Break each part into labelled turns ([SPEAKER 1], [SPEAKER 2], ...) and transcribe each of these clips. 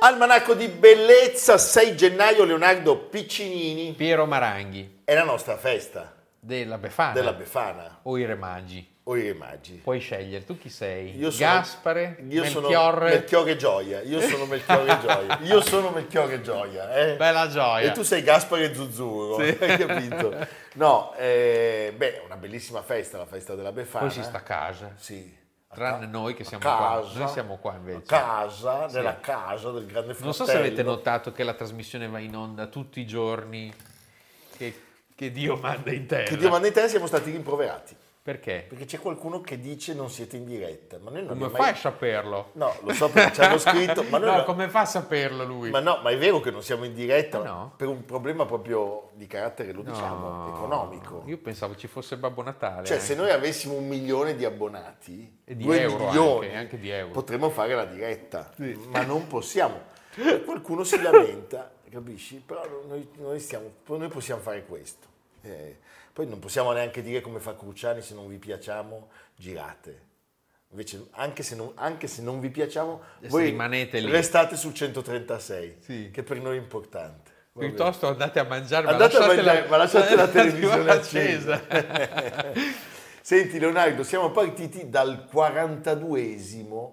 [SPEAKER 1] Almanacco di Bellezza, 6 gennaio, Leonardo Piccinini.
[SPEAKER 2] Piero Maranghi,
[SPEAKER 1] È la nostra festa
[SPEAKER 2] della Befana,
[SPEAKER 1] della Befana,
[SPEAKER 2] o i Re Magi,
[SPEAKER 1] o i Remaggi.
[SPEAKER 2] puoi scegliere, tu chi sei?
[SPEAKER 1] Io sono-
[SPEAKER 2] Gaspare,
[SPEAKER 1] io sono
[SPEAKER 2] Melchiorre,
[SPEAKER 1] Melchiorre Gioia, io sono Melchiorre Gioia, io sono Melchiorre Gioia, eh.
[SPEAKER 2] bella gioia.
[SPEAKER 1] E tu sei Gaspare Zuzzurro,
[SPEAKER 2] Sì.
[SPEAKER 1] hai capito? No, eh, beh, è una bellissima festa, la festa della Befana. eh.
[SPEAKER 2] Poi si sta a casa,
[SPEAKER 1] Sì. A
[SPEAKER 2] tranne
[SPEAKER 1] ca-
[SPEAKER 2] noi che
[SPEAKER 1] a
[SPEAKER 2] siamo
[SPEAKER 1] casa,
[SPEAKER 2] qua, noi siamo qua invece.
[SPEAKER 1] A casa,
[SPEAKER 2] Sì.
[SPEAKER 1] nella casa del grande fratello.
[SPEAKER 2] Non so se avete notato che la trasmissione va in onda tutti i giorni che, che Dio manda in terra.
[SPEAKER 1] Che Dio manda in te siamo stati rimproverati,
[SPEAKER 2] Perché?
[SPEAKER 1] perché c'è qualcuno che dice non siete in diretta, ma noi non
[SPEAKER 2] Come
[SPEAKER 1] abbiamo
[SPEAKER 2] fai
[SPEAKER 1] mai...
[SPEAKER 2] a saperlo?
[SPEAKER 1] No, lo so perché ci hanno scritto, ma noi
[SPEAKER 2] no,
[SPEAKER 1] no-
[SPEAKER 2] come fa a saperlo lui?
[SPEAKER 1] Ma no, ma è vero che non siamo in diretta,
[SPEAKER 2] Ah, no?
[SPEAKER 1] per un problema proprio di carattere, lo
[SPEAKER 2] No,
[SPEAKER 1] diciamo, economico.
[SPEAKER 2] Io pensavo ci fosse Babbo Natale. eh.
[SPEAKER 1] Cioè,
[SPEAKER 2] anche.
[SPEAKER 1] se noi avessimo un milione di abbonati,
[SPEAKER 2] E di
[SPEAKER 1] due
[SPEAKER 2] euro
[SPEAKER 1] milioni,
[SPEAKER 2] anche, anche di euro.
[SPEAKER 1] potremmo fare la diretta, ma non possiamo. E Qualcuno si lamenta, capisci? Però noi, noi stiamo- noi possiamo fare questo. Eh, poi non possiamo neanche dire come fa Cruciani, se non vi piacciamo, girate. Invece, anche se non, anche se non vi piacciamo,
[SPEAKER 2] E se
[SPEAKER 1] voi
[SPEAKER 2] rimanete lì.
[SPEAKER 1] restate sul 136,
[SPEAKER 2] Sì.
[SPEAKER 1] che per noi è importante. Va bene.
[SPEAKER 2] Piuttosto andate a mangiare,
[SPEAKER 1] Andate a
[SPEAKER 2] ma lasciate
[SPEAKER 1] mangiare,
[SPEAKER 2] la,
[SPEAKER 1] ma lasciate la
[SPEAKER 2] lasciate
[SPEAKER 1] televisione accesa.
[SPEAKER 2] accesa.
[SPEAKER 1] Senti Leonardo, siamo partiti dal 42esimo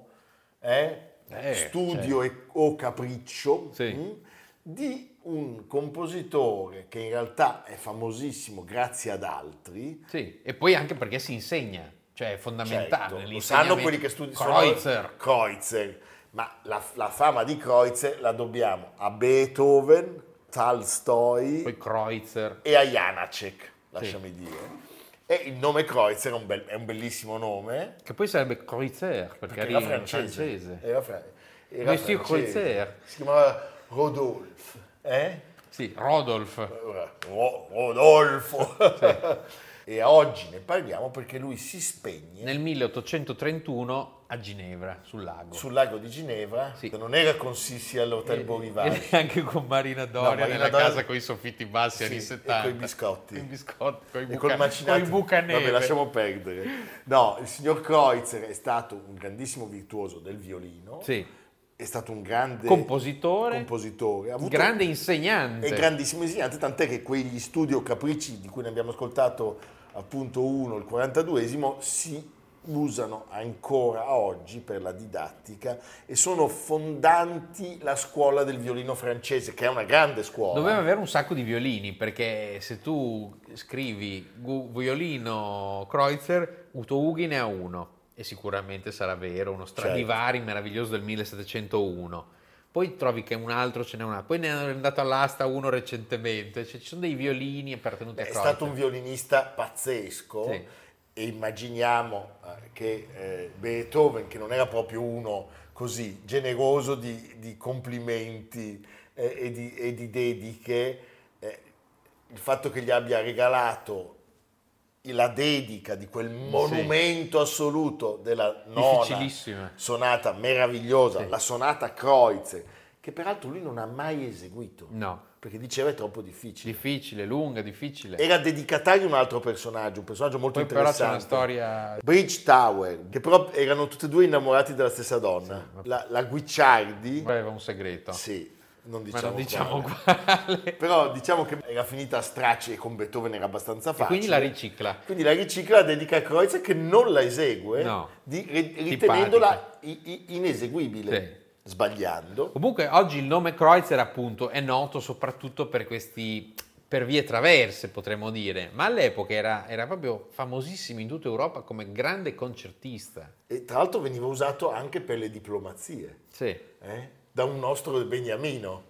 [SPEAKER 1] eh,
[SPEAKER 2] Eh,
[SPEAKER 1] studio e- o capriccio
[SPEAKER 2] Sì.
[SPEAKER 1] mh, di un compositore che in realtà è famosissimo grazie ad altri.
[SPEAKER 2] sì, e poi anche perché si insegna, cioè è fondamentale.
[SPEAKER 1] Certo, lo sanno
[SPEAKER 2] l'insegnamento.
[SPEAKER 1] quelli che studiano
[SPEAKER 2] Kreutzer,
[SPEAKER 1] Kreutzer. Ma la, la fama di Kreutzer la dobbiamo a Beethoven, Tolstoi,
[SPEAKER 2] poi Kreutzer.
[SPEAKER 1] e a Janacek, lasciami dire. E il nome Kreutzer è un, bel- è un bellissimo nome.
[SPEAKER 2] Che poi sarebbe Kreutzer, perché,
[SPEAKER 1] Era
[SPEAKER 2] arriva in
[SPEAKER 1] francese.
[SPEAKER 2] francese.
[SPEAKER 1] Era fra- era
[SPEAKER 2] Monsieur
[SPEAKER 1] francese.
[SPEAKER 2] Kreutzer.
[SPEAKER 1] Si chiamava Rodolphe. Eh?
[SPEAKER 2] Sì, Rodolf.
[SPEAKER 1] Ora, Ro- Rodolfo. e oggi ne parliamo perché lui si spegne
[SPEAKER 2] Nel 1831 a Ginevra, sul lago.
[SPEAKER 1] sul lago di Ginevra.
[SPEAKER 2] Sì.
[SPEAKER 1] che Non era con Sissi all'Hotel Borivari.
[SPEAKER 2] E Eh, anche con Marina Doria
[SPEAKER 1] Marina
[SPEAKER 2] nella
[SPEAKER 1] Doria-
[SPEAKER 2] casa con i soffitti bassi
[SPEAKER 1] Sì,
[SPEAKER 2] anni
[SPEAKER 1] e
[SPEAKER 2] 70.
[SPEAKER 1] coi biscotti.
[SPEAKER 2] Con i biscotti, con i
[SPEAKER 1] E col
[SPEAKER 2] eh, buca,
[SPEAKER 1] macinato.
[SPEAKER 2] coi bucaneve.
[SPEAKER 1] Vabbè, lasciamo perdere. No, il signor Kreutzer è stato un grandissimo virtuoso del violino.
[SPEAKER 2] Sì.
[SPEAKER 1] È stato un grande
[SPEAKER 2] Compositore,
[SPEAKER 1] compositore, ha avuto-
[SPEAKER 2] grande insegnante.
[SPEAKER 1] è grandissimo insegnante, tant'è che quegli studio capricci di cui ne abbiamo ascoltato appunto uno, il 42esimo, si usano ancora oggi per la didattica e sono fondanti la scuola del violino francese, che è una grande scuola.
[SPEAKER 2] Doveva avere un sacco di violini perché se tu scrivi gu- violino Kreutzer, Uto Ughi ne ha uno e sicuramente sarà vero, uno Stradivari
[SPEAKER 1] Certo.
[SPEAKER 2] meraviglioso del 1701. Poi trovi che un altro ce n'è una, poi ne è andato all'asta uno recentemente, cioè ci sono dei violini appartenuti a
[SPEAKER 1] È
[SPEAKER 2] Kreutzer.
[SPEAKER 1] stato un violinista pazzesco
[SPEAKER 2] Sì.
[SPEAKER 1] e immaginiamo eh, che eh, Beethoven, che non era proprio uno così generoso di, di complimenti eh, e, di, e di dediche, eh, il fatto che gli abbia regalato la dedica di quel monumento assoluto della nona
[SPEAKER 2] Difficilissima.
[SPEAKER 1] sonata meravigliosa,
[SPEAKER 2] Sì.
[SPEAKER 1] la sonata Kreutzer, che peraltro lui non ha mai eseguito.
[SPEAKER 2] No.
[SPEAKER 1] perché diceva è troppo difficile.
[SPEAKER 2] Difficile, lunga, difficile.
[SPEAKER 1] Era dedicatario un altro personaggio, un personaggio molto
[SPEAKER 2] Poi però c'è una
[SPEAKER 1] interessante.
[SPEAKER 2] storia...
[SPEAKER 1] Bridge Tower, che però erano tutti e due innamorati della stessa donna,
[SPEAKER 2] Sì, ma-
[SPEAKER 1] la, la Guicciardi,
[SPEAKER 2] Aveva un segreto,
[SPEAKER 1] sì, non
[SPEAKER 2] ma
[SPEAKER 1] diciamo,
[SPEAKER 2] non diciamo
[SPEAKER 1] quale.
[SPEAKER 2] quale.
[SPEAKER 1] Però diciamo che era finita a stracci e con Beethoven era abbastanza facile.
[SPEAKER 2] Quindi la ricicla.
[SPEAKER 1] Quindi la ricicla la dedica a Kreutzer che non la esegue,
[SPEAKER 2] No.
[SPEAKER 1] di- ri- ritenendola i- i- ineseguibile, sbagliando.
[SPEAKER 2] Comunque oggi il nome Kreutzer appunto è noto soprattutto per questi per vie traverse potremmo dire, ma all'epoca era, era proprio famosissimo in tutta Europa come grande concertista.
[SPEAKER 1] E tra l'altro veniva usato anche per le diplomazie,
[SPEAKER 2] Sì.
[SPEAKER 1] eh, da un nostro Beniamino,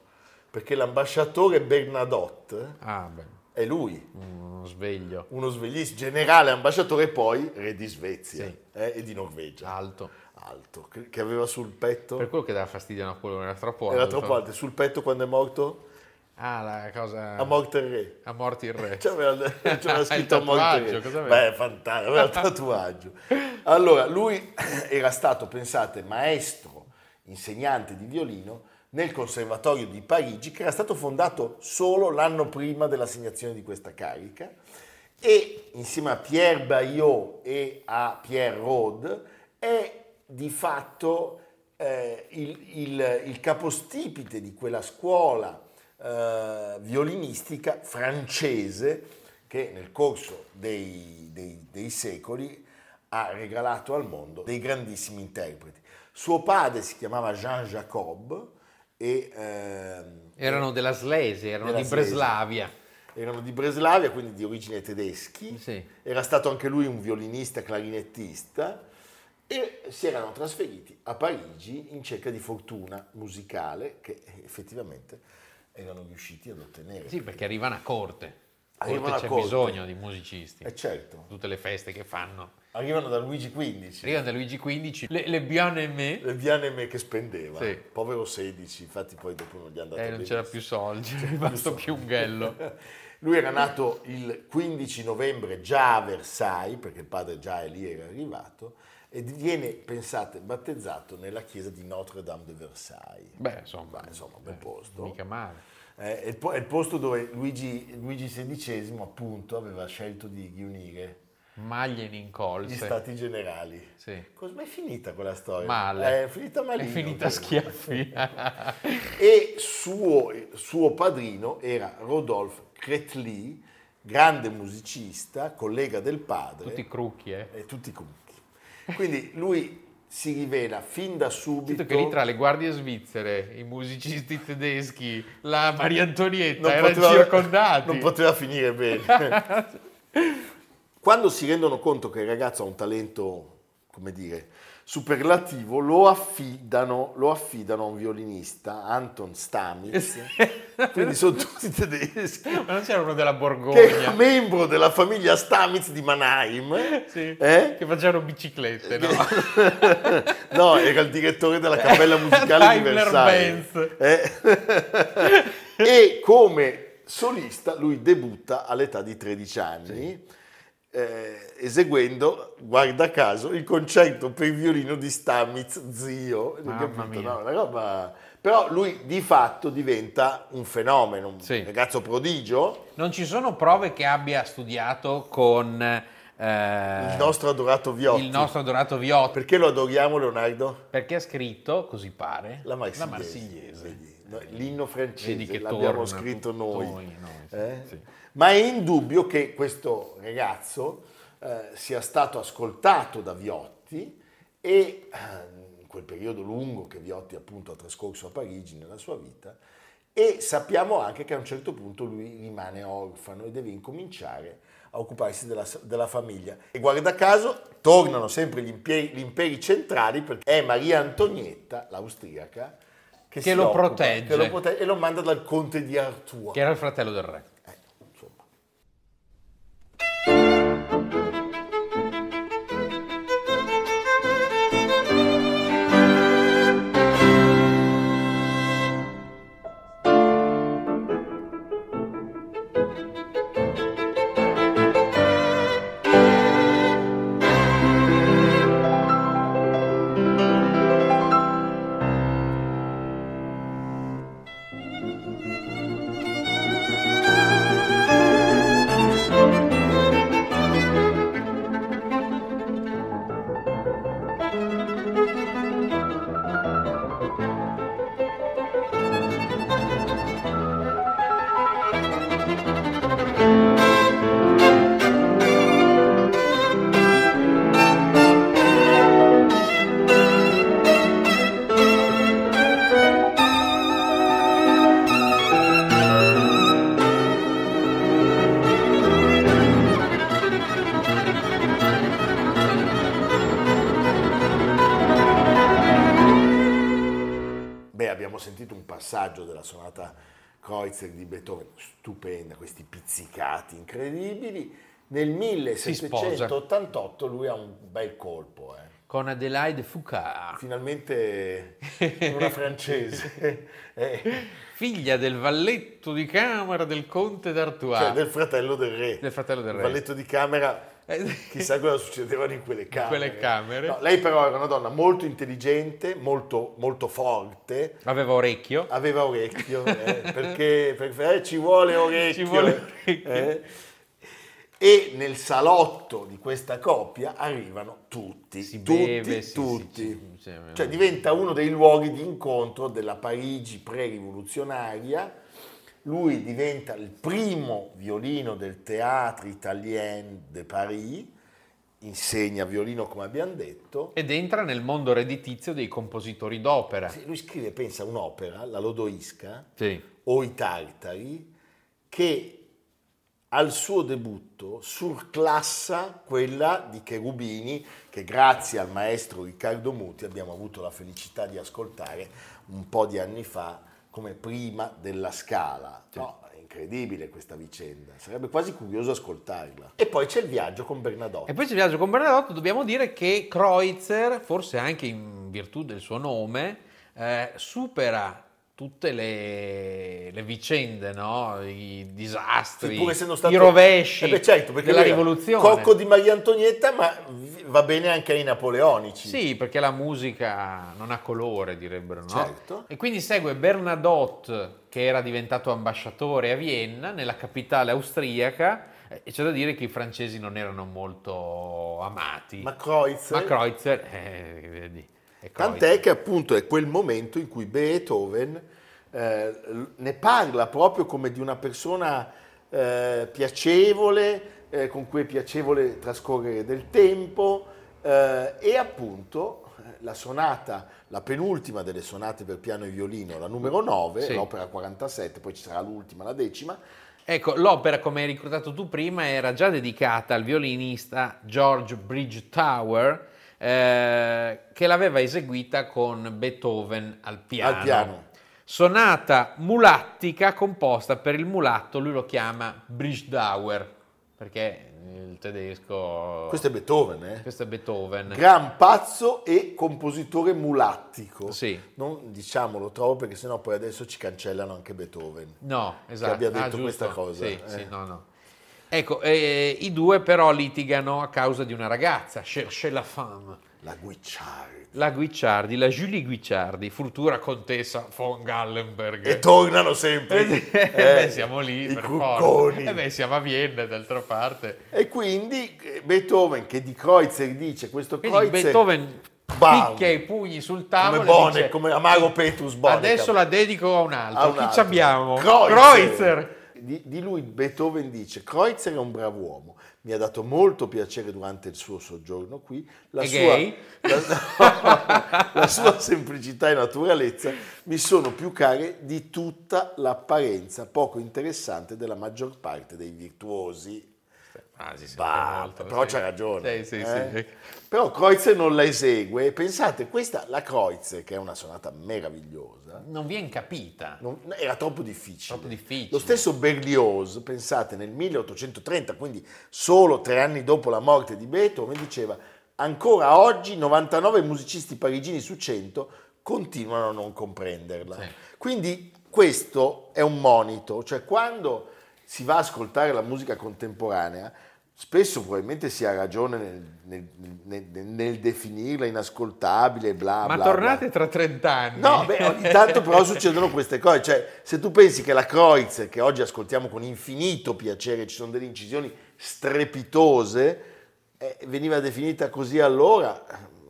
[SPEAKER 1] perché l'ambasciatore Bernadotte
[SPEAKER 2] Ah, beh,
[SPEAKER 1] è lui,
[SPEAKER 2] uno sveglio
[SPEAKER 1] uno svegliissimo, generale ambasciatore e poi re di Svezia
[SPEAKER 2] Sì.
[SPEAKER 1] eh, e di Norvegia,
[SPEAKER 2] alto.
[SPEAKER 1] alto, che che aveva sul petto,
[SPEAKER 2] Per quello che dava fastidio a Napoleone, era troppo alto.
[SPEAKER 1] era troppo alto, sul petto quando è morto,
[SPEAKER 2] Ah, la cosa...
[SPEAKER 1] ha morto il re.
[SPEAKER 2] a morti il re.
[SPEAKER 1] Cioè, C'aveva, c'aveva
[SPEAKER 2] Cioè, Il
[SPEAKER 1] scritto a
[SPEAKER 2] tatuaggio,
[SPEAKER 1] Monterey.
[SPEAKER 2] cosa aveva?
[SPEAKER 1] Beh, fantastico, aveva il tatuaggio. Allora, lui era stato, pensate, maestro, insegnante di violino nel Conservatorio di Parigi, che era stato fondato solo l'anno prima dell'assegnazione di questa carica, e insieme a Pierre Bayot e a Pierre Rode è di fatto eh, il, il- il capostipite di quella scuola eh, violinistica francese che nel corso dei, dei- dei secoli ha regalato al mondo dei grandissimi interpreti. Suo padre si chiamava Jean Jacob e ehm,
[SPEAKER 2] Erano della Slesia, erano
[SPEAKER 1] Della
[SPEAKER 2] di Breslavia.
[SPEAKER 1] erano di Breslavia, quindi di origine tedeschi.
[SPEAKER 2] Sì.
[SPEAKER 1] Era stato anche lui un violinista clarinettista e si erano trasferiti a Parigi in cerca di fortuna musicale che effettivamente erano riusciti ad ottenere.
[SPEAKER 2] Sì, perché arrivano a corte. A corte
[SPEAKER 1] Arrivano a
[SPEAKER 2] c'è
[SPEAKER 1] corte.
[SPEAKER 2] bisogno di musicisti.
[SPEAKER 1] E certo,
[SPEAKER 2] Tutte le feste che fanno.
[SPEAKER 1] arrivano da Luigi XV,
[SPEAKER 2] Arrivano da Luigi XV, le, le Bien-Aimé,
[SPEAKER 1] le Dianeme che spendeva,
[SPEAKER 2] Sì.
[SPEAKER 1] povero 16, infatti poi dopo non gli è andato
[SPEAKER 2] eh,
[SPEAKER 1] bene.
[SPEAKER 2] non c'era più soldi, è rimasto più un ghello.
[SPEAKER 1] Lui era nato il 15 novembre già a Versailles, perché il padre già lì era arrivato, e viene, pensate, battezzato nella chiesa di Notre-Dame de Versailles.
[SPEAKER 2] Beh, insomma,
[SPEAKER 1] Ma insomma, bel
[SPEAKER 2] eh,
[SPEAKER 1] posto.
[SPEAKER 2] Mica male.
[SPEAKER 1] Eh, è, il po- è il posto dove Luigi, Luigi XVI, appunto, aveva scelto di riunire
[SPEAKER 2] Maglie in
[SPEAKER 1] gli
[SPEAKER 2] incolse.
[SPEAKER 1] stati generali.
[SPEAKER 2] Sì.
[SPEAKER 1] Com'è finita quella storia?
[SPEAKER 2] Male.
[SPEAKER 1] È finita malino.
[SPEAKER 2] È finita a
[SPEAKER 1] credo.
[SPEAKER 2] schiaffi.
[SPEAKER 1] e suo, suo padrino era Rodolphe Cretli, grande musicista, collega del padre,
[SPEAKER 2] Tutti crucchi, eh.
[SPEAKER 1] e tutti conti. Quindi lui si rivela fin da subito
[SPEAKER 2] Sento che lì tra le guardie svizzere, i musicisti tedeschi, la Maria Antonietta
[SPEAKER 1] non
[SPEAKER 2] erano
[SPEAKER 1] poteva-
[SPEAKER 2] circondati.
[SPEAKER 1] non poteva finire bene. Quando si rendono conto che il ragazzo ha un talento, come dire, superlativo, lo affidano, lo affidano a un violinista, Anton Stamitz, quindi sono tutti tedeschi.
[SPEAKER 2] Ma non c'era uno della
[SPEAKER 1] che era
[SPEAKER 2] Borgogna
[SPEAKER 1] membro della famiglia Stamitz di Mannheim.
[SPEAKER 2] Sì.
[SPEAKER 1] Eh?
[SPEAKER 2] che facevano biciclette, no?
[SPEAKER 1] no, era il direttore della cappella musicale di
[SPEAKER 2] Daimler
[SPEAKER 1] Versailles.
[SPEAKER 2] Benz.
[SPEAKER 1] Eh? e come solista lui debutta all'età di 13 anni. eh, eseguendo, guarda caso, il concerto per violino di Stamitz, zio.
[SPEAKER 2] Mamma
[SPEAKER 1] Capito?
[SPEAKER 2] mia.
[SPEAKER 1] No, una roba- Però lui di fatto diventa un fenomeno, un
[SPEAKER 2] Sì.
[SPEAKER 1] ragazzo prodigio.
[SPEAKER 2] Non ci sono prove che abbia studiato con eh,
[SPEAKER 1] il nostro adorato Viotti.
[SPEAKER 2] il nostro adorato Viotti,
[SPEAKER 1] Perché lo adoriamo Leonardo?
[SPEAKER 2] perché ha scritto, così pare,
[SPEAKER 1] La Marsigliese. Vedi,
[SPEAKER 2] Marsigliese.
[SPEAKER 1] no, L'inno
[SPEAKER 2] Vedi
[SPEAKER 1] francese
[SPEAKER 2] che
[SPEAKER 1] l'abbiamo
[SPEAKER 2] torna,
[SPEAKER 1] scritto
[SPEAKER 2] tu-
[SPEAKER 1] noi.
[SPEAKER 2] noi, sì,
[SPEAKER 1] Eh?
[SPEAKER 2] sì.
[SPEAKER 1] Ma è indubbio che questo ragazzo eh, sia stato ascoltato da Viotti e ehm, in quel periodo lungo che Viotti appunto ha trascorso a Parigi nella sua vita e sappiamo anche che a un certo punto lui rimane orfano e deve incominciare a occuparsi della, della famiglia. E guarda caso tornano sempre gli imperi, gli imperi centrali perché è Maria Antonietta, l'austriaca, che, si
[SPEAKER 2] lo
[SPEAKER 1] occupa-
[SPEAKER 2] protegge.
[SPEAKER 1] che lo prote- e lo manda dal conte di Artù.
[SPEAKER 2] Che era il fratello del re.
[SPEAKER 1] Eh, insomma. Beh, abbiamo sentito un passaggio della sonata Kreutzer di Beethoven, stupenda, questi pizzicati incredibili. Nel 1788 lui ha un bel colpo. Eh.
[SPEAKER 2] Con Adelaide Foucault.
[SPEAKER 1] Finalmente una francese, eh,
[SPEAKER 2] figlia del valletto di camera del conte d'Artois,
[SPEAKER 1] cioè del fratello del re.
[SPEAKER 2] del fratello del
[SPEAKER 1] Il
[SPEAKER 2] re.
[SPEAKER 1] valletto di camera,
[SPEAKER 2] Eh,
[SPEAKER 1] chissà cosa succedeva in quelle camere.
[SPEAKER 2] quelle camere.
[SPEAKER 1] No, lei però era una donna molto intelligente, molto, molto forte,
[SPEAKER 2] Aveva orecchio.
[SPEAKER 1] aveva orecchio, eh, perché, perché, eh, ci vuole orecchio.
[SPEAKER 2] Ci vuole orecchio.
[SPEAKER 1] eh. E nel salotto di questa coppia arrivano tutti,
[SPEAKER 2] Si
[SPEAKER 1] tutti,
[SPEAKER 2] beve, sì, sì,
[SPEAKER 1] tutti.
[SPEAKER 2] sì, sì,
[SPEAKER 1] Cioè diventa uno dei luoghi di incontro della Parigi pre-rivoluzionaria. Lui diventa il primo violino del Théâtre Italien de Paris, insegna violino come abbiamo detto.
[SPEAKER 2] Ed entra nel mondo redditizio dei compositori d'opera.
[SPEAKER 1] Se Lui scrive, pensa, un'opera, la Lodoisca
[SPEAKER 2] Sì.
[SPEAKER 1] o i Tartari, che al suo debutto surclassa quella di Cherubini, che grazie al maestro Riccardo Muti abbiamo avuto la felicità di ascoltare un po' di anni fa come prima della scala. No, è incredibile questa vicenda, sarebbe quasi curioso ascoltarla. E poi c'è il viaggio con Bernadotte.
[SPEAKER 2] E poi c'è il viaggio con Bernadotto, dobbiamo dire che Kreutzer, forse anche in virtù del suo nome, eh, supera tutte le, le vicende, no? i
[SPEAKER 1] Sì,
[SPEAKER 2] disastri,
[SPEAKER 1] pur essendo stato
[SPEAKER 2] i rovesci
[SPEAKER 1] Eh beh, certo, perché
[SPEAKER 2] della
[SPEAKER 1] lui era
[SPEAKER 2] rivoluzione.
[SPEAKER 1] Cocco di Maria Antonietta, ma vi- va bene anche ai napoleonici.
[SPEAKER 2] Sì, perché la musica non ha colore, direbbero, no?
[SPEAKER 1] Certo.
[SPEAKER 2] E quindi segue Bernadotte, che era diventato ambasciatore a Vienna, nella capitale austriaca, eh, e c'è da dire che i francesi non erano molto amati.
[SPEAKER 1] Ma Kreutzer,
[SPEAKER 2] Ma Kreutzer, eh, vedi, è
[SPEAKER 1] Tant'è che appunto è quel momento in cui Beethoven eh, l- ne parla proprio come di una persona eh, piacevole, eh, con cui è piacevole trascorrere del tempo eh, e appunto eh, la sonata, la penultima delle sonate per piano e violino, la numero 9,
[SPEAKER 2] Sì.
[SPEAKER 1] l'opera 47, poi ci sarà l'ultima, la decima,
[SPEAKER 2] Ecco, l'opera, come hai ricordato tu prima, era già dedicata al violinista George Bridgetower, eh, che l'aveva eseguita con Beethoven al piano.
[SPEAKER 1] al piano.
[SPEAKER 2] Sonata mulattica composta per il mulatto, lui lo chiama Bridgetower, perché il tedesco...
[SPEAKER 1] Questo è Beethoven, eh?
[SPEAKER 2] questo è Beethoven.
[SPEAKER 1] Gran pazzo e compositore mulattico.
[SPEAKER 2] Sì.
[SPEAKER 1] Non diciamolo troppo perché sennò poi adesso ci cancellano anche Beethoven.
[SPEAKER 2] No, esatto.
[SPEAKER 1] abbia detto
[SPEAKER 2] giusto.
[SPEAKER 1] questa cosa,
[SPEAKER 2] Sì,
[SPEAKER 1] eh.
[SPEAKER 2] sì, no, no. Ecco, eh, i due però litigano a causa di una ragazza, Cherchez la femme,
[SPEAKER 1] La Guicciari.
[SPEAKER 2] la Guicciardi, la Julie Guicciardi, futura contessa von Gallenberg.
[SPEAKER 1] E tornano sempre.
[SPEAKER 2] Eh,
[SPEAKER 1] Eh,
[SPEAKER 2] beh, siamo lì,
[SPEAKER 1] I
[SPEAKER 2] per
[SPEAKER 1] cucconi.
[SPEAKER 2] forza. Eh, beh, siamo a Vienna, d'altra parte.
[SPEAKER 1] E quindi eh, Beethoven che di Kreutzer dice questo
[SPEAKER 2] Quindi
[SPEAKER 1] Kreutzer
[SPEAKER 2] Beethoven
[SPEAKER 1] Bam.
[SPEAKER 2] picchia i pugni sul tavolo
[SPEAKER 1] come
[SPEAKER 2] e
[SPEAKER 1] Bone,
[SPEAKER 2] dice,
[SPEAKER 1] come Amago Petrus Bone.
[SPEAKER 2] adesso la dedico a un altro.
[SPEAKER 1] a un
[SPEAKER 2] Chi
[SPEAKER 1] altro.
[SPEAKER 2] ci abbiamo? Kreutzer.
[SPEAKER 1] Di, di lui Beethoven dice: Kreutzer è un bravo uomo. Mi ha dato molto piacere durante il suo soggiorno qui. La,
[SPEAKER 2] È
[SPEAKER 1] sua,
[SPEAKER 2] gay?
[SPEAKER 1] la- la sua semplicità e naturalezza mi sono più care di tutta l'apparenza poco interessante della maggior parte dei virtuosi.
[SPEAKER 2] Ah, si sente
[SPEAKER 1] Bah,
[SPEAKER 2] molto,
[SPEAKER 1] però
[SPEAKER 2] sì.
[SPEAKER 1] c'ha ragione.
[SPEAKER 2] Sì, sì,
[SPEAKER 1] eh?
[SPEAKER 2] sì.
[SPEAKER 1] Però Kreutzer non la esegue. Pensate, questa, la Kreutzer, che è una sonata meravigliosa,
[SPEAKER 2] Non viene capita.
[SPEAKER 1] non- era troppo difficile.
[SPEAKER 2] Troppo difficile.
[SPEAKER 1] Lo stesso Berlioz, pensate, nel 1830, quindi solo tre anni dopo la morte di Beethoven, diceva ancora oggi 99 musicisti parigini su 100 continuano a non comprenderla.
[SPEAKER 2] Sì.
[SPEAKER 1] Quindi questo è un monito, cioè quando si va a ascoltare la musica contemporanea, spesso probabilmente si ha ragione nel, nel- nel- nel- nel definirla inascoltabile, bla bla.
[SPEAKER 2] Ma
[SPEAKER 1] bla.
[SPEAKER 2] tornate tra 30 anni.
[SPEAKER 1] No, beh, ogni tanto però succedono queste cose. Cioè, se tu pensi che la Kreutzer, che oggi ascoltiamo con infinito piacere, ci sono delle incisioni strepitose, eh, veniva definita così allora,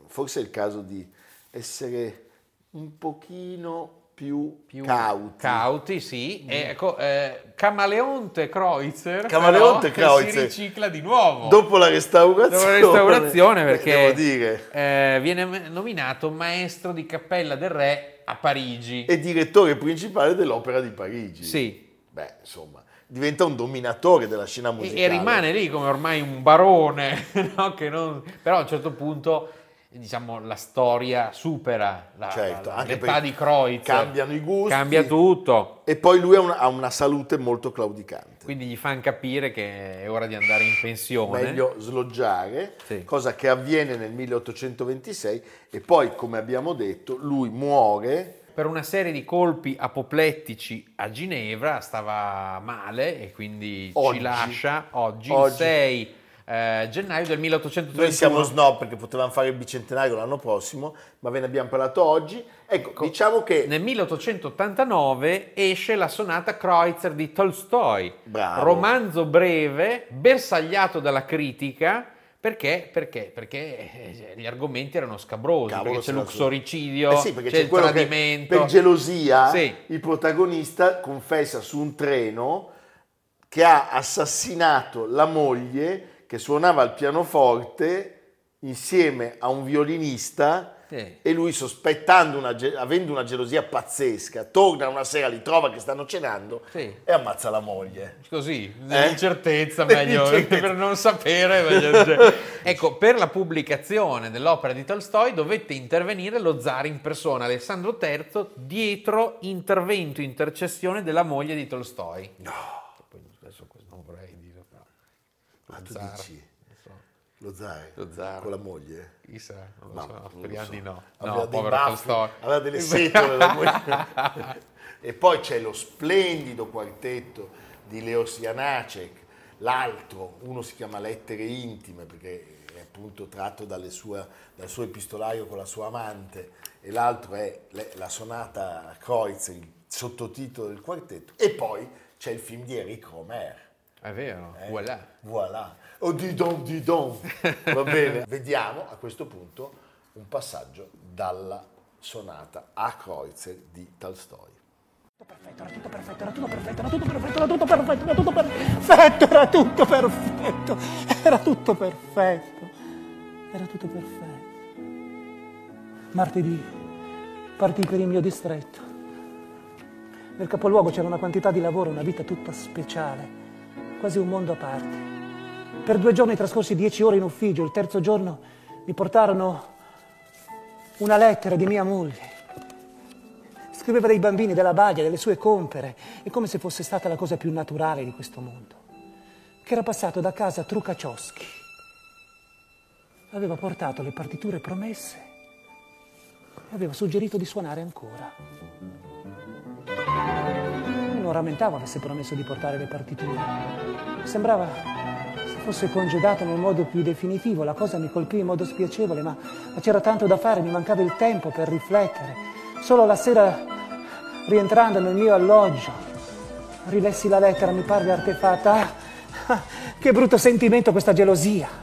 [SPEAKER 1] forse è il caso di essere un pochino più,
[SPEAKER 2] Più
[SPEAKER 1] cauti.
[SPEAKER 2] Cauti, sì. E ecco, eh, Camaleonte Kreutzer.
[SPEAKER 1] Camaleonte
[SPEAKER 2] però,
[SPEAKER 1] Kreutzer.
[SPEAKER 2] Si ricicla di nuovo.
[SPEAKER 1] Dopo la restaurazione,
[SPEAKER 2] Dopo la restaurazione
[SPEAKER 1] eh,
[SPEAKER 2] perché
[SPEAKER 1] devo dire,
[SPEAKER 2] eh, viene nominato maestro di cappella del re a Parigi.
[SPEAKER 1] è direttore principale dell'Opera di Parigi.
[SPEAKER 2] Sì.
[SPEAKER 1] Beh, insomma, diventa un dominatore della scena
[SPEAKER 2] E-
[SPEAKER 1] musicale.
[SPEAKER 2] E rimane lì come ormai un barone, no? Che non- però a un certo punto diciamo, la storia supera la,
[SPEAKER 1] Certo,
[SPEAKER 2] la-
[SPEAKER 1] anche
[SPEAKER 2] l'età
[SPEAKER 1] perché
[SPEAKER 2] Ah, di Kreutzer.
[SPEAKER 1] cambiano i gusti.
[SPEAKER 2] Cambia tutto.
[SPEAKER 1] E poi lui ha una, ha una salute molto claudicante.
[SPEAKER 2] Quindi gli fanno capire che è ora di andare in pensione.
[SPEAKER 1] Meglio sloggiare,
[SPEAKER 2] Sì.
[SPEAKER 1] cosa che avviene nel 1826 e poi, come abbiamo detto, lui muore.
[SPEAKER 2] Per una serie di colpi apoplettici a Ginevra stava male e quindi
[SPEAKER 1] Oggi.
[SPEAKER 2] ci lascia oggi, il
[SPEAKER 1] Oggi.
[SPEAKER 2] 6 eh, gennaio del 1831.
[SPEAKER 1] Noi siamo snob perché potevamo fare il bicentenario l'anno prossimo, ma ve ne abbiamo parlato oggi. Ecco, diciamo che
[SPEAKER 2] Nel 1889 esce la sonata Kreutzer di Tolstoi,
[SPEAKER 1] Bravo.
[SPEAKER 2] romanzo breve, bersagliato dalla critica, perché, perché, perché eh, gli argomenti erano scabrosi,
[SPEAKER 1] Cavolo,
[SPEAKER 2] perché
[SPEAKER 1] se
[SPEAKER 2] c'è
[SPEAKER 1] la-
[SPEAKER 2] l'uxoricidio,
[SPEAKER 1] Eh sì, perché
[SPEAKER 2] c'è, il
[SPEAKER 1] quello che
[SPEAKER 2] tradimento.
[SPEAKER 1] per gelosia
[SPEAKER 2] Sì.
[SPEAKER 1] il protagonista confessa su un treno che ha assassinato la moglie che suonava il pianoforte insieme a un violinista
[SPEAKER 2] Sì.
[SPEAKER 1] e lui sospettando, una ge- avendo una gelosia pazzesca, torna una sera, li trova che stanno cenando
[SPEAKER 2] Sì.
[SPEAKER 1] e ammazza la moglie.
[SPEAKER 2] Così,
[SPEAKER 1] Eh?
[SPEAKER 2] nell'incertezza meglio,
[SPEAKER 1] Nell'incertezza.
[SPEAKER 2] per non sapere. meglio- cioè. Ecco, per la pubblicazione dell'opera di Tolstoi dovette intervenire lo zar in persona, Alessandro III, dietro intervento, intercessione della moglie di Tolstoi. No. Adesso questo non vorrei dire, però.
[SPEAKER 1] Ma
[SPEAKER 2] Lo
[SPEAKER 1] tu
[SPEAKER 2] zar,
[SPEAKER 1] dici
[SPEAKER 2] non so,
[SPEAKER 1] lo zar,
[SPEAKER 2] Lo zar.
[SPEAKER 1] con la moglie?
[SPEAKER 2] Chissà, non lo
[SPEAKER 1] Ma
[SPEAKER 2] so,
[SPEAKER 1] non lo
[SPEAKER 2] speriamo
[SPEAKER 1] so.
[SPEAKER 2] di no.
[SPEAKER 1] Aveva
[SPEAKER 2] No,
[SPEAKER 1] dei
[SPEAKER 2] povero
[SPEAKER 1] baffi,
[SPEAKER 2] Tolstoi.
[SPEAKER 1] Aveva delle setole. la moglie. e poi c'è lo splendido quartetto di Leo Sianacek, l'altro, uno si chiama Lettere Intime perché è appunto tratto dalle sue- dal suo epistolario con la sua amante e l'altro è le- la sonata Kreutzer, il sottotitolo del quartetto. E poi c'è il film di Eric Romer.
[SPEAKER 2] È vero,
[SPEAKER 1] Eh,
[SPEAKER 2] voilà.
[SPEAKER 1] Voilà. Oh, di don, di don. Va bene. Vediamo a questo punto un passaggio dalla sonata a Kreutzer di Tolstoi.
[SPEAKER 3] Perfetto, era tutto perfetto, era tutto perfetto, era tutto perfetto, era tutto perfetto, era tutto perfetto, era tutto perfetto, era tutto perfetto, era tutto perfetto. Martedì partii per il mio distretto. Nel capoluogo c'era una quantità di lavoro, una vita tutta speciale, quasi un mondo a parte. Per due giorni trascorsi dieci ore in ufficio, il terzo giorno mi portarono una lettera di mia moglie. Scriveva dei bambini, della baia, delle sue compere, e come se fosse stata la cosa più naturale di questo mondo. Che era passato da casa a Trukacioschi. Aveva portato le partiture promesse e aveva suggerito di suonare ancora. Io Non rammentavo avesse promesso di portare le partiture. Sembrava se fosse congedato nel modo più definitivo. La cosa mi colpì in modo spiacevole, ma, ma c'era tanto da fare, mi mancava il tempo per riflettere. Solo la sera, rientrando nel mio alloggio, rilessi la lettera, mi parve artefatta. Ah, ah, che brutto sentimento questa gelosia!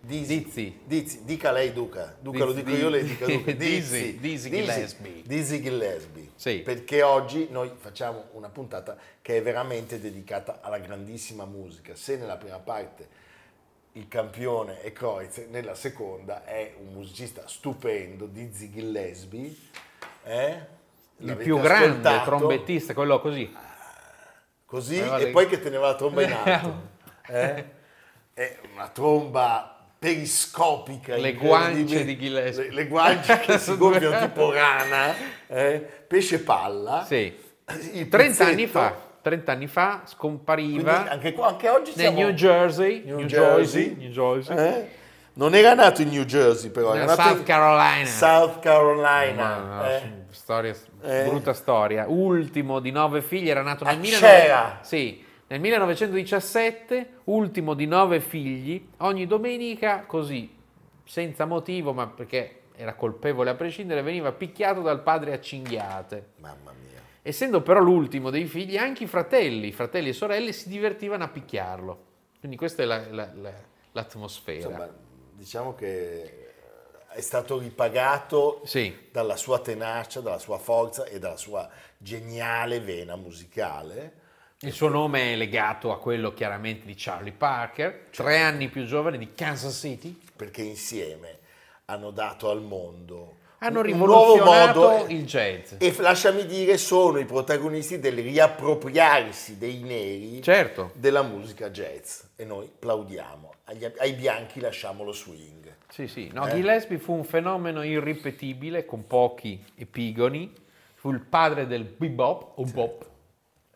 [SPEAKER 1] Dizzy.
[SPEAKER 2] Dizzy.
[SPEAKER 1] Dizzy. Dica lei, Duca. Duca lo
[SPEAKER 2] Dizzy.
[SPEAKER 1] dico io, lei dica Duca.
[SPEAKER 2] Dizzy. Dizzy Gillespie.
[SPEAKER 1] Dizzy Gillespie.
[SPEAKER 2] Sì.
[SPEAKER 1] Perché oggi noi facciamo una puntata che è veramente dedicata alla grandissima musica. Se nella prima parte il campione è Kreutz, nella seconda è un musicista stupendo, Dizzy Gillespie. Eh?
[SPEAKER 2] Il
[SPEAKER 1] L'avete
[SPEAKER 2] più grande
[SPEAKER 1] ascoltato?
[SPEAKER 2] trombettista, quello così.
[SPEAKER 1] Così
[SPEAKER 2] Aveva
[SPEAKER 1] e
[SPEAKER 2] le-
[SPEAKER 1] poi che teneva la tromba in alto. eh? È una tromba periscopica.
[SPEAKER 2] Le
[SPEAKER 1] incredibile.
[SPEAKER 2] guance di Gillespie.
[SPEAKER 1] Le, le guance che si gonfiano tipo rana. eh? Pesce palla.
[SPEAKER 2] Sì.
[SPEAKER 1] Il
[SPEAKER 2] 30
[SPEAKER 1] pizzetto.
[SPEAKER 2] anni fa, 30 anni fa
[SPEAKER 1] Quindi
[SPEAKER 2] scompariva
[SPEAKER 1] anche, qua, anche oggi
[SPEAKER 2] nel
[SPEAKER 1] siamo...
[SPEAKER 2] New Jersey,
[SPEAKER 1] New
[SPEAKER 2] New
[SPEAKER 1] Jersey.
[SPEAKER 2] Jersey, New Jersey.
[SPEAKER 1] Eh? Non era nato in New Jersey però. Era
[SPEAKER 2] Nella
[SPEAKER 1] nato
[SPEAKER 2] South
[SPEAKER 1] in
[SPEAKER 2] Carolina.
[SPEAKER 1] South Carolina.
[SPEAKER 2] Ma-
[SPEAKER 1] eh?
[SPEAKER 2] s- storia,
[SPEAKER 1] Eh.
[SPEAKER 2] brutta storia. Ultimo di nove figli, era nato nel,
[SPEAKER 1] Ah,
[SPEAKER 2] 19
[SPEAKER 1] c'era!
[SPEAKER 2] sì, nel 1917, ultimo di nove figli, ogni domenica, così, senza motivo, ma perché era colpevole a prescindere, veniva picchiato dal padre a cinghiate.
[SPEAKER 1] Mamma mia.
[SPEAKER 2] Essendo però l'ultimo dei figli, anche i fratelli, fratelli e sorelle, si divertivano a picchiarlo. Quindi questa è la- la- la- l'atmosfera.
[SPEAKER 1] Insomma, diciamo che è stato ripagato
[SPEAKER 2] Sì,
[SPEAKER 1] dalla sua tenacia, dalla sua forza e dalla sua geniale vena musicale.
[SPEAKER 2] il suo nome è legato a quello chiaramente di Charlie Parker, tre anni più giovane di Kansas City.
[SPEAKER 1] perché insieme hanno dato al mondo
[SPEAKER 2] Hanno
[SPEAKER 1] un- un nuovo
[SPEAKER 2] rivoluzionato
[SPEAKER 1] modo-
[SPEAKER 2] il jazz.
[SPEAKER 1] E f- lasciami dire, sono i protagonisti del riappropriarsi dei neri
[SPEAKER 2] Certo,
[SPEAKER 1] della musica jazz. E noi plaudiamo. Agli- ai bianchi lasciamo lo swing.
[SPEAKER 2] sì, sì. No,
[SPEAKER 1] Eh.
[SPEAKER 2] Gillespie fu un fenomeno irripetibile con pochi epigoni. Fu il padre del bebop o bop, a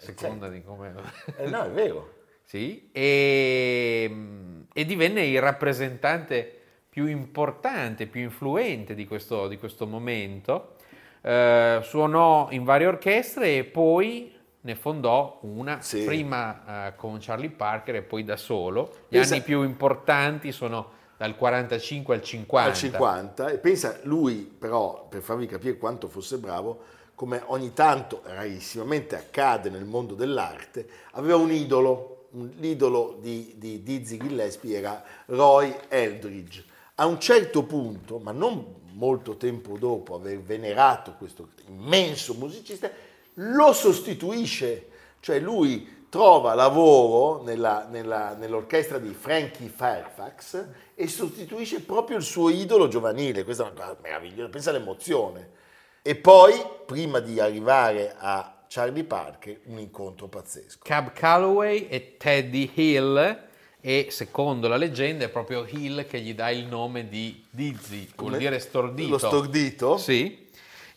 [SPEAKER 2] seconda di come...
[SPEAKER 1] Eh, no, è vero.
[SPEAKER 2] Sì, e, mm, e divenne il rappresentante più importante, più influente di questo, di questo momento. Eh, suonò in varie orchestre e poi ne fondò una,
[SPEAKER 1] Sì.
[SPEAKER 2] prima eh, con Charlie Parker e poi da solo. Gli
[SPEAKER 1] Pensa-
[SPEAKER 2] anni più importanti sono dal 45 al 50.
[SPEAKER 1] Al 50. E pensa, lui però, per farvi capire quanto fosse bravo, come ogni tanto, rarissimamente accade nel mondo dell'arte, aveva un idolo. Un- L'idolo di, di Dizzy Gillespie era Roy Eldridge. A un certo punto, ma non molto tempo dopo aver venerato questo immenso musicista, lo sostituisce. Cioè lui trova lavoro nella- nella- nell'orchestra di Frankie Fairfax e sostituisce proprio il suo idolo giovanile. Questa è una cosa meravigliosa, pensa all'emozione. E poi, prima di arrivare a Charlie Parker, un incontro pazzesco.
[SPEAKER 2] Cab Calloway e Teddy Hill e secondo la leggenda è proprio Hill che gli dà il nome di Dizzy, vuol
[SPEAKER 1] Come-
[SPEAKER 2] dire stordito.
[SPEAKER 1] Lo stordito
[SPEAKER 2] Sì.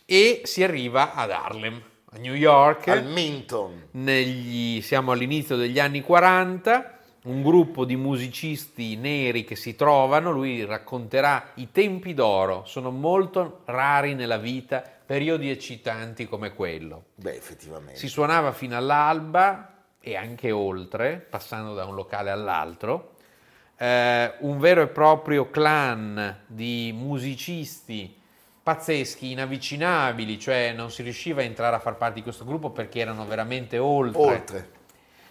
[SPEAKER 2] E si arriva ad Harlem, a New York.
[SPEAKER 1] al Minton.
[SPEAKER 2] Negli- siamo all'inizio degli anni 40, un gruppo di musicisti neri che si trovano, lui racconterà i tempi d'oro, sono molto rari nella vita, periodi eccitanti come quello.
[SPEAKER 1] Beh, effettivamente.
[SPEAKER 2] Si suonava fino all'alba e anche oltre, passando da un locale all'altro. Eh, un vero e proprio clan di musicisti pazzeschi, inavvicinabili, cioè non si riusciva a entrare a far parte di questo gruppo perché erano veramente oltre.
[SPEAKER 1] Oltre.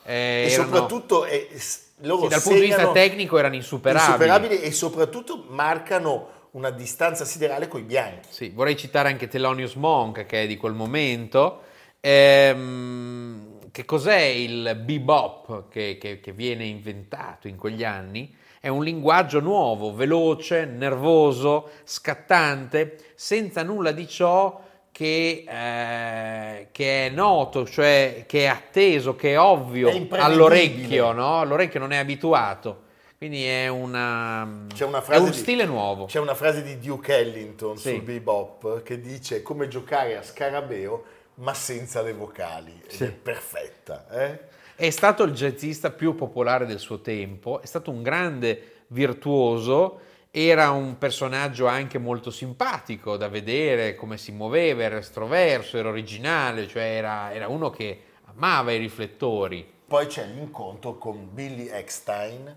[SPEAKER 2] Eh,
[SPEAKER 1] E
[SPEAKER 2] erano-
[SPEAKER 1] soprattutto eh, s- loro
[SPEAKER 2] sì, dal punto di vista
[SPEAKER 1] segnano-
[SPEAKER 2] tecnico erano insuperabili.
[SPEAKER 1] insuperabili e soprattutto marcano una distanza siderale con i bianchi.
[SPEAKER 2] Sì, vorrei citare anche Thelonious Monk, che è di quel momento. Ehm, che cos'è il bebop che, che- che viene inventato in quegli anni? È un linguaggio nuovo, veloce, nervoso, scattante, senza nulla di ciò che, eh, che è noto, cioè che è atteso, che è ovvio
[SPEAKER 1] È imprevedibile.
[SPEAKER 2] all'orecchio, no? L'orecchio non è abituato. Quindi è, una,
[SPEAKER 1] C'è una
[SPEAKER 2] è
[SPEAKER 1] frase
[SPEAKER 2] un
[SPEAKER 1] di-
[SPEAKER 2] stile nuovo.
[SPEAKER 1] C'è una frase di Duke Ellington
[SPEAKER 2] Sì.
[SPEAKER 1] sul bebop che dice come giocare a scarabeo ma senza le vocali. Ed
[SPEAKER 2] Sì.
[SPEAKER 1] è perfetta. eh?
[SPEAKER 2] È stato il jazzista più popolare del suo tempo, è stato un grande virtuoso, era un personaggio anche molto simpatico da vedere come si muoveva, era estroverso, era originale, cioè era, era uno che amava i riflettori.
[SPEAKER 1] Poi c'è l'incontro con Billy Eckstein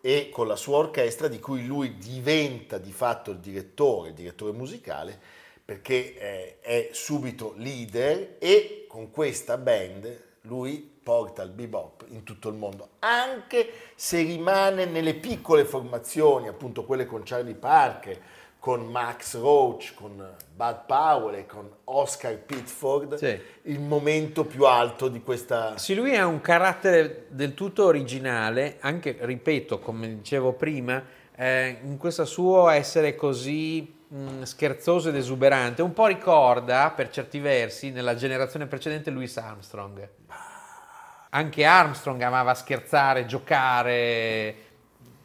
[SPEAKER 1] e con la sua orchestra di cui lui diventa di fatto il direttore, il direttore musicale, perché eh, è subito leader e con questa band lui porta il bebop in tutto il mondo, anche se rimane nelle piccole formazioni, appunto quelle con Charlie Parker, con Max Roach, con Bud Powell e con Oscar Pitford,
[SPEAKER 2] Sì.
[SPEAKER 1] il momento più alto di questa...
[SPEAKER 2] Sì, lui ha un carattere del tutto originale, anche, ripeto, come dicevo prima, eh, in questo suo essere così mh, scherzoso ed esuberante, un po' ricorda, per certi versi, nella generazione precedente Louis Armstrong. Anche Armstrong amava scherzare, giocare,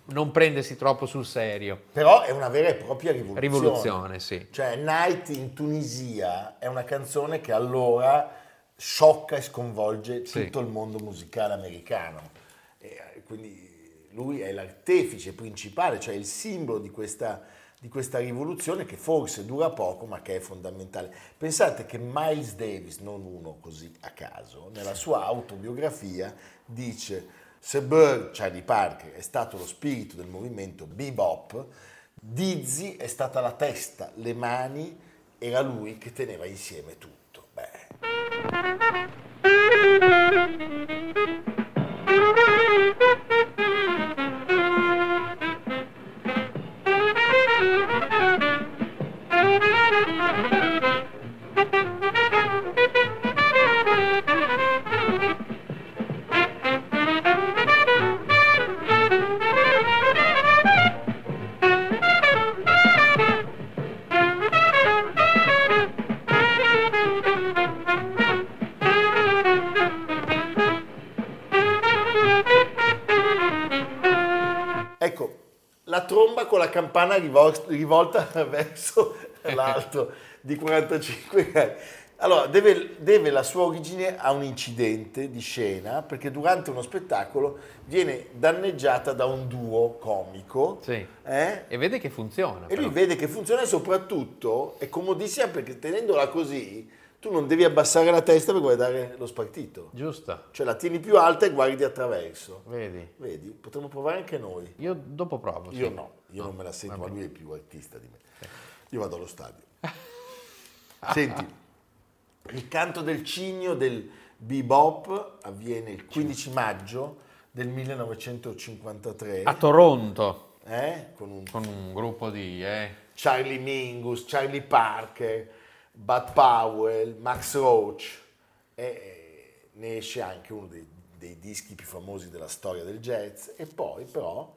[SPEAKER 2] non prendersi troppo sul serio.
[SPEAKER 1] Però è una vera e propria rivoluzione.
[SPEAKER 2] Rivoluzione, sì.
[SPEAKER 1] Cioè, Night in Tunisia è una canzone che allora sciocca e sconvolge
[SPEAKER 2] Sì.
[SPEAKER 1] tutto il mondo musicale americano. E, eh, quindi lui è l'artefice principale, cioè il simbolo di questa di questa rivoluzione che forse dura poco ma che è fondamentale. Pensate che Miles Davis, non uno così a caso, nella sua autobiografia dice se Bird, Charlie Parker, è stato lo spirito del movimento bebop, Dizzy è stata la testa, le mani, era lui che teneva insieme tutto. Beh. ecco, la campana rivol- rivolta verso l'alto di 45 gradi. Allora, deve, deve, la sua origine a un incidente di scena, perché durante uno spettacolo viene danneggiata da un duo comico.
[SPEAKER 2] Sì. Eh? E vede che funziona.
[SPEAKER 1] E lui però. vede che funziona e soprattutto è comodissima perché tenendola così tu non devi abbassare la testa per guardare lo spartito.
[SPEAKER 2] Giusto.
[SPEAKER 1] Cioè la tieni più alta e guardi attraverso.
[SPEAKER 2] Vedi.
[SPEAKER 1] Vedi, potremmo provare anche noi.
[SPEAKER 2] Io dopo provo.
[SPEAKER 1] Io sì. no, io no. Ecco. non me la sento, ma lui è più artista di me. Io vado allo stadio. Senti, il canto del cigno del bebop avviene il 15 maggio del 1953.
[SPEAKER 2] A Toronto.
[SPEAKER 1] Eh? Con un,
[SPEAKER 2] Con un gruppo di... Eh.
[SPEAKER 1] Charlie Mingus, Charlie Parker. Bud Powell, Max Roach e, e ne esce anche uno dei, dei, dischi più famosi della storia del jazz e poi però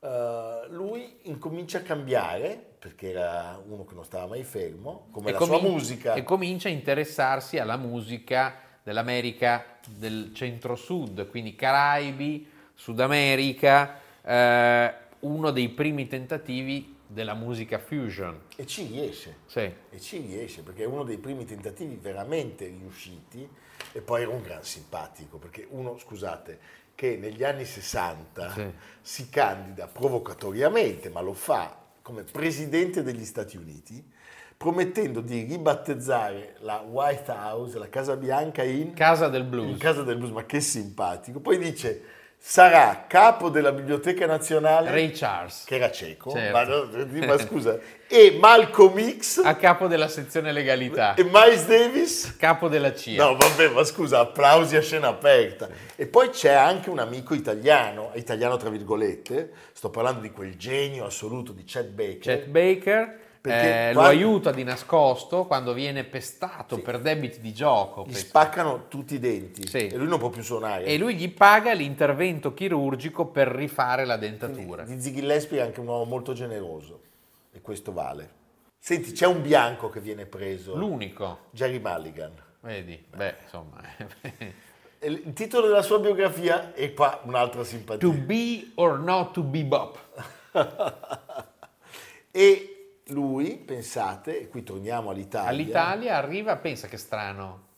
[SPEAKER 1] eh, lui incomincia a cambiare perché era uno che non stava mai fermo come e la comin- sua musica
[SPEAKER 2] e comincia a interessarsi alla musica dell'America del centro-sud quindi Caraibi, Sud America eh, uno dei primi tentativi della musica fusion. cioè
[SPEAKER 1] E ci riesce.
[SPEAKER 2] Sì.
[SPEAKER 1] E ci riesce perché è uno dei primi tentativi veramente riusciti e poi era un gran simpatico perché uno, scusate, che negli anni 60 sì. si candida provocatoriamente, ma lo fa come presidente degli Stati Uniti, promettendo di ribattezzare la White House, la Casa Bianca in
[SPEAKER 2] Casa del Blues.
[SPEAKER 1] In Casa del Blues, ma che simpatico. Poi dice sarà capo della Biblioteca Nazionale
[SPEAKER 2] Ray Charles,
[SPEAKER 1] che era cieco, certo. ma, ma, scusa, e Malcolm X
[SPEAKER 2] a capo della sezione legalità
[SPEAKER 1] e Miles Davis
[SPEAKER 2] capo della CIA.
[SPEAKER 1] No, vabbè, ma scusa, applausi a scena aperta. E poi c'è anche un amico italiano, italiano tra virgolette, sto parlando di quel genio assoluto di Chet Baker.
[SPEAKER 2] Chet Baker eh, lo aiuta di nascosto quando viene pestato sì. per debiti di gioco.
[SPEAKER 1] Gli penso. spaccano tutti i denti sì. e lui non può più suonare.
[SPEAKER 2] E lui gli paga l'intervento chirurgico per rifare la dentatura.
[SPEAKER 1] Quindi, Dizzy Gillespie è anche un uomo molto generoso e questo vale. Senti, c'è un bianco che viene preso.
[SPEAKER 2] L'unico.
[SPEAKER 1] Jerry Mulligan.
[SPEAKER 2] Vedi, beh, beh insomma...
[SPEAKER 1] Il titolo della sua biografia è qua un'altra simpatia.
[SPEAKER 2] To be or not to be bop.
[SPEAKER 1] e lui, pensate, e qui torniamo all'Italia.
[SPEAKER 2] All'Italia arriva, pensa che strano,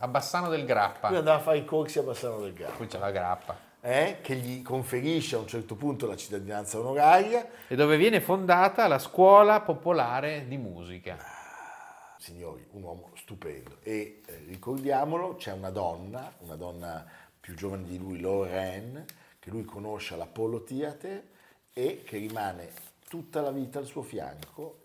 [SPEAKER 2] a Bassano del Grappa.
[SPEAKER 1] Lui andava a fare i corsi a Bassano del Grappa.
[SPEAKER 2] Qui c'è la Grappa.
[SPEAKER 1] Eh, che gli conferisce a un certo punto la cittadinanza onoraria.
[SPEAKER 2] E dove viene fondata la scuola popolare di musica.
[SPEAKER 1] Ah, signori, un uomo stupendo. E eh, ricordiamolo, c'è una donna, una donna più giovane di lui, Lorraine, che lui conosce all'Apollo Theater e che rimane tutta la vita al suo fianco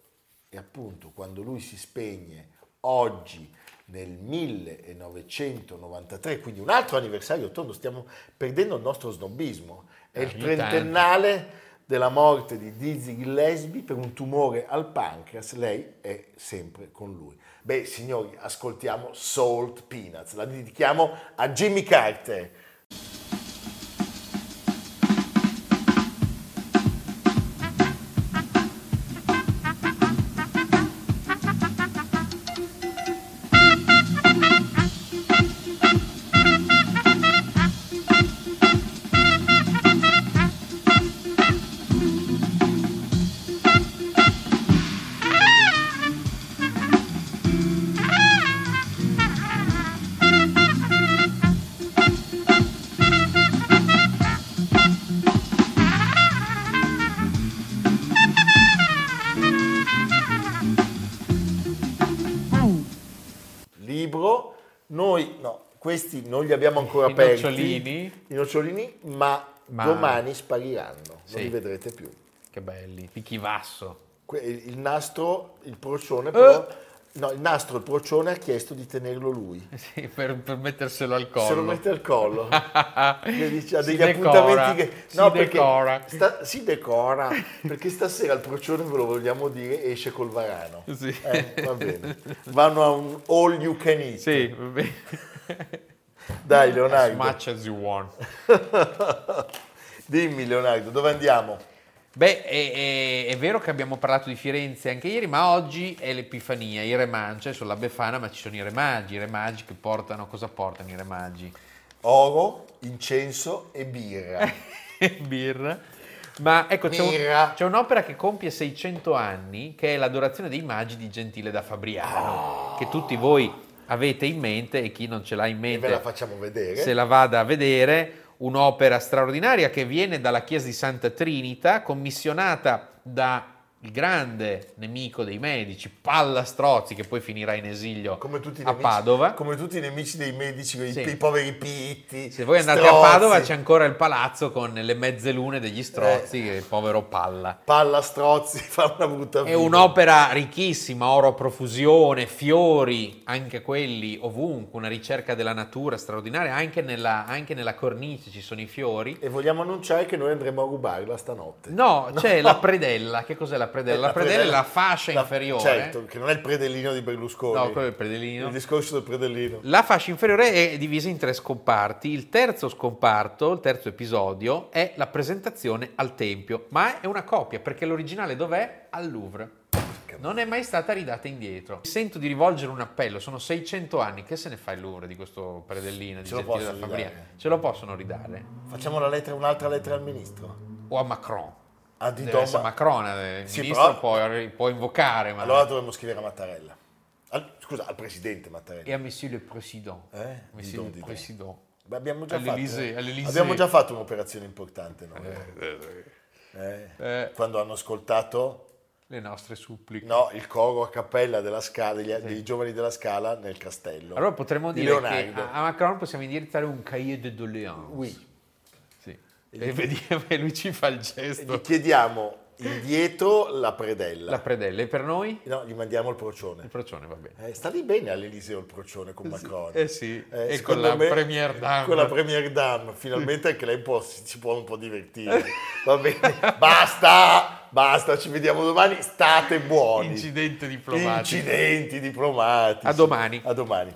[SPEAKER 1] e appunto quando lui si spegne oggi nel 1993, quindi un altro anniversario tondo, stiamo perdendo il nostro snobismo, è eh, il trentennale tanti. della morte di Dizzy Gillespie per un tumore al pancreas, lei è sempre con lui. Beh signori, ascoltiamo Salt Peanuts, la dedichiamo a Jimmy Carter. noi, no, questi non li abbiamo ancora
[SPEAKER 2] I
[SPEAKER 1] aperti.
[SPEAKER 2] nocciolini?
[SPEAKER 1] I nocciolini, ma,
[SPEAKER 2] Ma-
[SPEAKER 1] domani spariranno,
[SPEAKER 2] Sì.
[SPEAKER 1] non li vedrete più.
[SPEAKER 2] Che belli, picchivasso.
[SPEAKER 1] Que- Il nastro, il
[SPEAKER 2] Eh.
[SPEAKER 1] procione, però, no, il nastro, il procione ha chiesto di tenerlo lui.
[SPEAKER 2] Sì, per, per metterselo al collo.
[SPEAKER 1] Se lo mette al collo. Gli dice, ha
[SPEAKER 2] Si
[SPEAKER 1] degli
[SPEAKER 2] decora,
[SPEAKER 1] appuntamenti che...
[SPEAKER 2] si decora.
[SPEAKER 1] sta- si decora, perché stasera il procione, ve lo vogliamo dire, esce col varano.
[SPEAKER 2] Sì.
[SPEAKER 1] Eh, va bene. Vanno a un all you can eat.
[SPEAKER 2] Sì, va bene.
[SPEAKER 1] Dai
[SPEAKER 2] As
[SPEAKER 1] Leonardo.
[SPEAKER 2] much as you want.
[SPEAKER 1] Dimmi Leonardo, dove andiamo?
[SPEAKER 2] Beh, è, è- è vero che abbiamo parlato di Firenze anche ieri, ma oggi è l'Epifania, i Re Magi, sono la Befana, ma ci sono i Re Magi, i Re Magi che portano, cosa portano i Re Magi?
[SPEAKER 1] Oro, incenso e birra.
[SPEAKER 2] Eh, Birra. Ma ecco, c'è, un-
[SPEAKER 1] Birra.
[SPEAKER 2] c'è un'opera che compie 600 anni, che è l'adorazione dei Magi di Gentile da Fabriano, che tutti voi avete in mente e chi non ce l'ha in
[SPEAKER 1] Oh. E
[SPEAKER 2] mente
[SPEAKER 1] ve la facciamo vedere.
[SPEAKER 2] se la vada a vedere, un'opera straordinaria che viene dalla chiesa di Santa Trinita, commissionata da il grande nemico dei medici, Palla Strozzi, che poi finirà in esilio
[SPEAKER 1] Come tutti, i
[SPEAKER 2] a
[SPEAKER 1] nemici,
[SPEAKER 2] Padova.
[SPEAKER 1] come tutti i nemici dei medici, i,
[SPEAKER 2] Sì.
[SPEAKER 1] i poveri pitti.
[SPEAKER 2] Se voi andate a
[SPEAKER 1] strozzi.
[SPEAKER 2] Padova c'è ancora il palazzo con le mezzelune degli
[SPEAKER 1] Eh.
[SPEAKER 2] Strozzi, che è il povero Palla.
[SPEAKER 1] Palla strozzi, fa una brutta
[SPEAKER 2] È
[SPEAKER 1] vita.
[SPEAKER 2] un'opera ricchissima, oro a profusione, fiori, anche quelli ovunque, una ricerca della natura straordinaria, anche nella- anche nella cornice ci sono i fiori.
[SPEAKER 1] E vogliamo annunciare che noi andremo a rubarla stanotte.
[SPEAKER 2] No, c'è la predella. Che cos'è la
[SPEAKER 1] Eh,
[SPEAKER 2] predella? La predella è la fascia
[SPEAKER 1] la-
[SPEAKER 2] inferiore.
[SPEAKER 1] Certo, che non è il predellino di Berlusconi.
[SPEAKER 2] No, quello è il predellino.
[SPEAKER 1] Il discorso del predellino.
[SPEAKER 2] La fascia inferiore è divisa in tre scomparti. Il terzo scomparto, il terzo episodio, è la presentazione al Tempio, ma è una copia perché l'originale dov'è? Al Louvre. Non è mai stata ridata indietro. Sento di rivolgere un appello, sono 600 anni, che se ne fa il Louvre di questo predellino di
[SPEAKER 1] Ce lo
[SPEAKER 2] Gentile da
[SPEAKER 1] possono
[SPEAKER 2] Fabria?
[SPEAKER 1] ridare.
[SPEAKER 2] Ce lo possono ridare?
[SPEAKER 1] Facciamo la lettera- un'altra lettera al ministro.
[SPEAKER 2] O a Macron?
[SPEAKER 1] A di
[SPEAKER 2] Deve essere
[SPEAKER 1] Doma-
[SPEAKER 2] Macron, eh, il
[SPEAKER 1] Sì,
[SPEAKER 2] ministro
[SPEAKER 1] però-
[SPEAKER 2] può, può invocare, ma...
[SPEAKER 1] Allora dovremmo scrivere a Mattarella. Al- scusa, al presidente Mattarella.
[SPEAKER 2] e a Monsieur le Président.
[SPEAKER 1] Eh? Di
[SPEAKER 2] Monsieur
[SPEAKER 1] dove,
[SPEAKER 2] le
[SPEAKER 1] di dove?
[SPEAKER 2] Président.
[SPEAKER 1] Beh, abbiamo, già
[SPEAKER 2] All'Elysée,
[SPEAKER 1] fatto,
[SPEAKER 2] all'Elysée.
[SPEAKER 1] abbiamo già fatto un'operazione importante noi. Eh.
[SPEAKER 2] Eh.
[SPEAKER 1] Quando hanno ascoltato
[SPEAKER 2] Le nostre suppliche.
[SPEAKER 1] no, il coro a cappella della Scala, degli- dei giovani della Scala nel castello.
[SPEAKER 2] Allora potremmo
[SPEAKER 1] di
[SPEAKER 2] dire
[SPEAKER 1] Leonardo.
[SPEAKER 2] che a a Macron possiamo indirizzare un cahier de doléances.
[SPEAKER 1] Oui.
[SPEAKER 2] Sì. E vediamo, e lui ci fa il
[SPEAKER 1] E
[SPEAKER 2] gesto.
[SPEAKER 1] gli chiediamo indietro la predella.
[SPEAKER 2] La predella. E per noi?
[SPEAKER 1] No, gli mandiamo il procione.
[SPEAKER 2] Il procione, va bene.
[SPEAKER 1] Eh, sta lì bene all'Eliseo il procione con Macron.
[SPEAKER 2] eh sì, e con
[SPEAKER 1] secondo
[SPEAKER 2] la Premier Dame.
[SPEAKER 1] Con la Premier Dame, finalmente anche lei può- si, si può un po' divertire. Va bene, basta, basta, ci vediamo domani, state buoni.
[SPEAKER 2] Incidente diplomatico.
[SPEAKER 1] Incidenti diplomatici.
[SPEAKER 2] A domani.
[SPEAKER 1] A domani.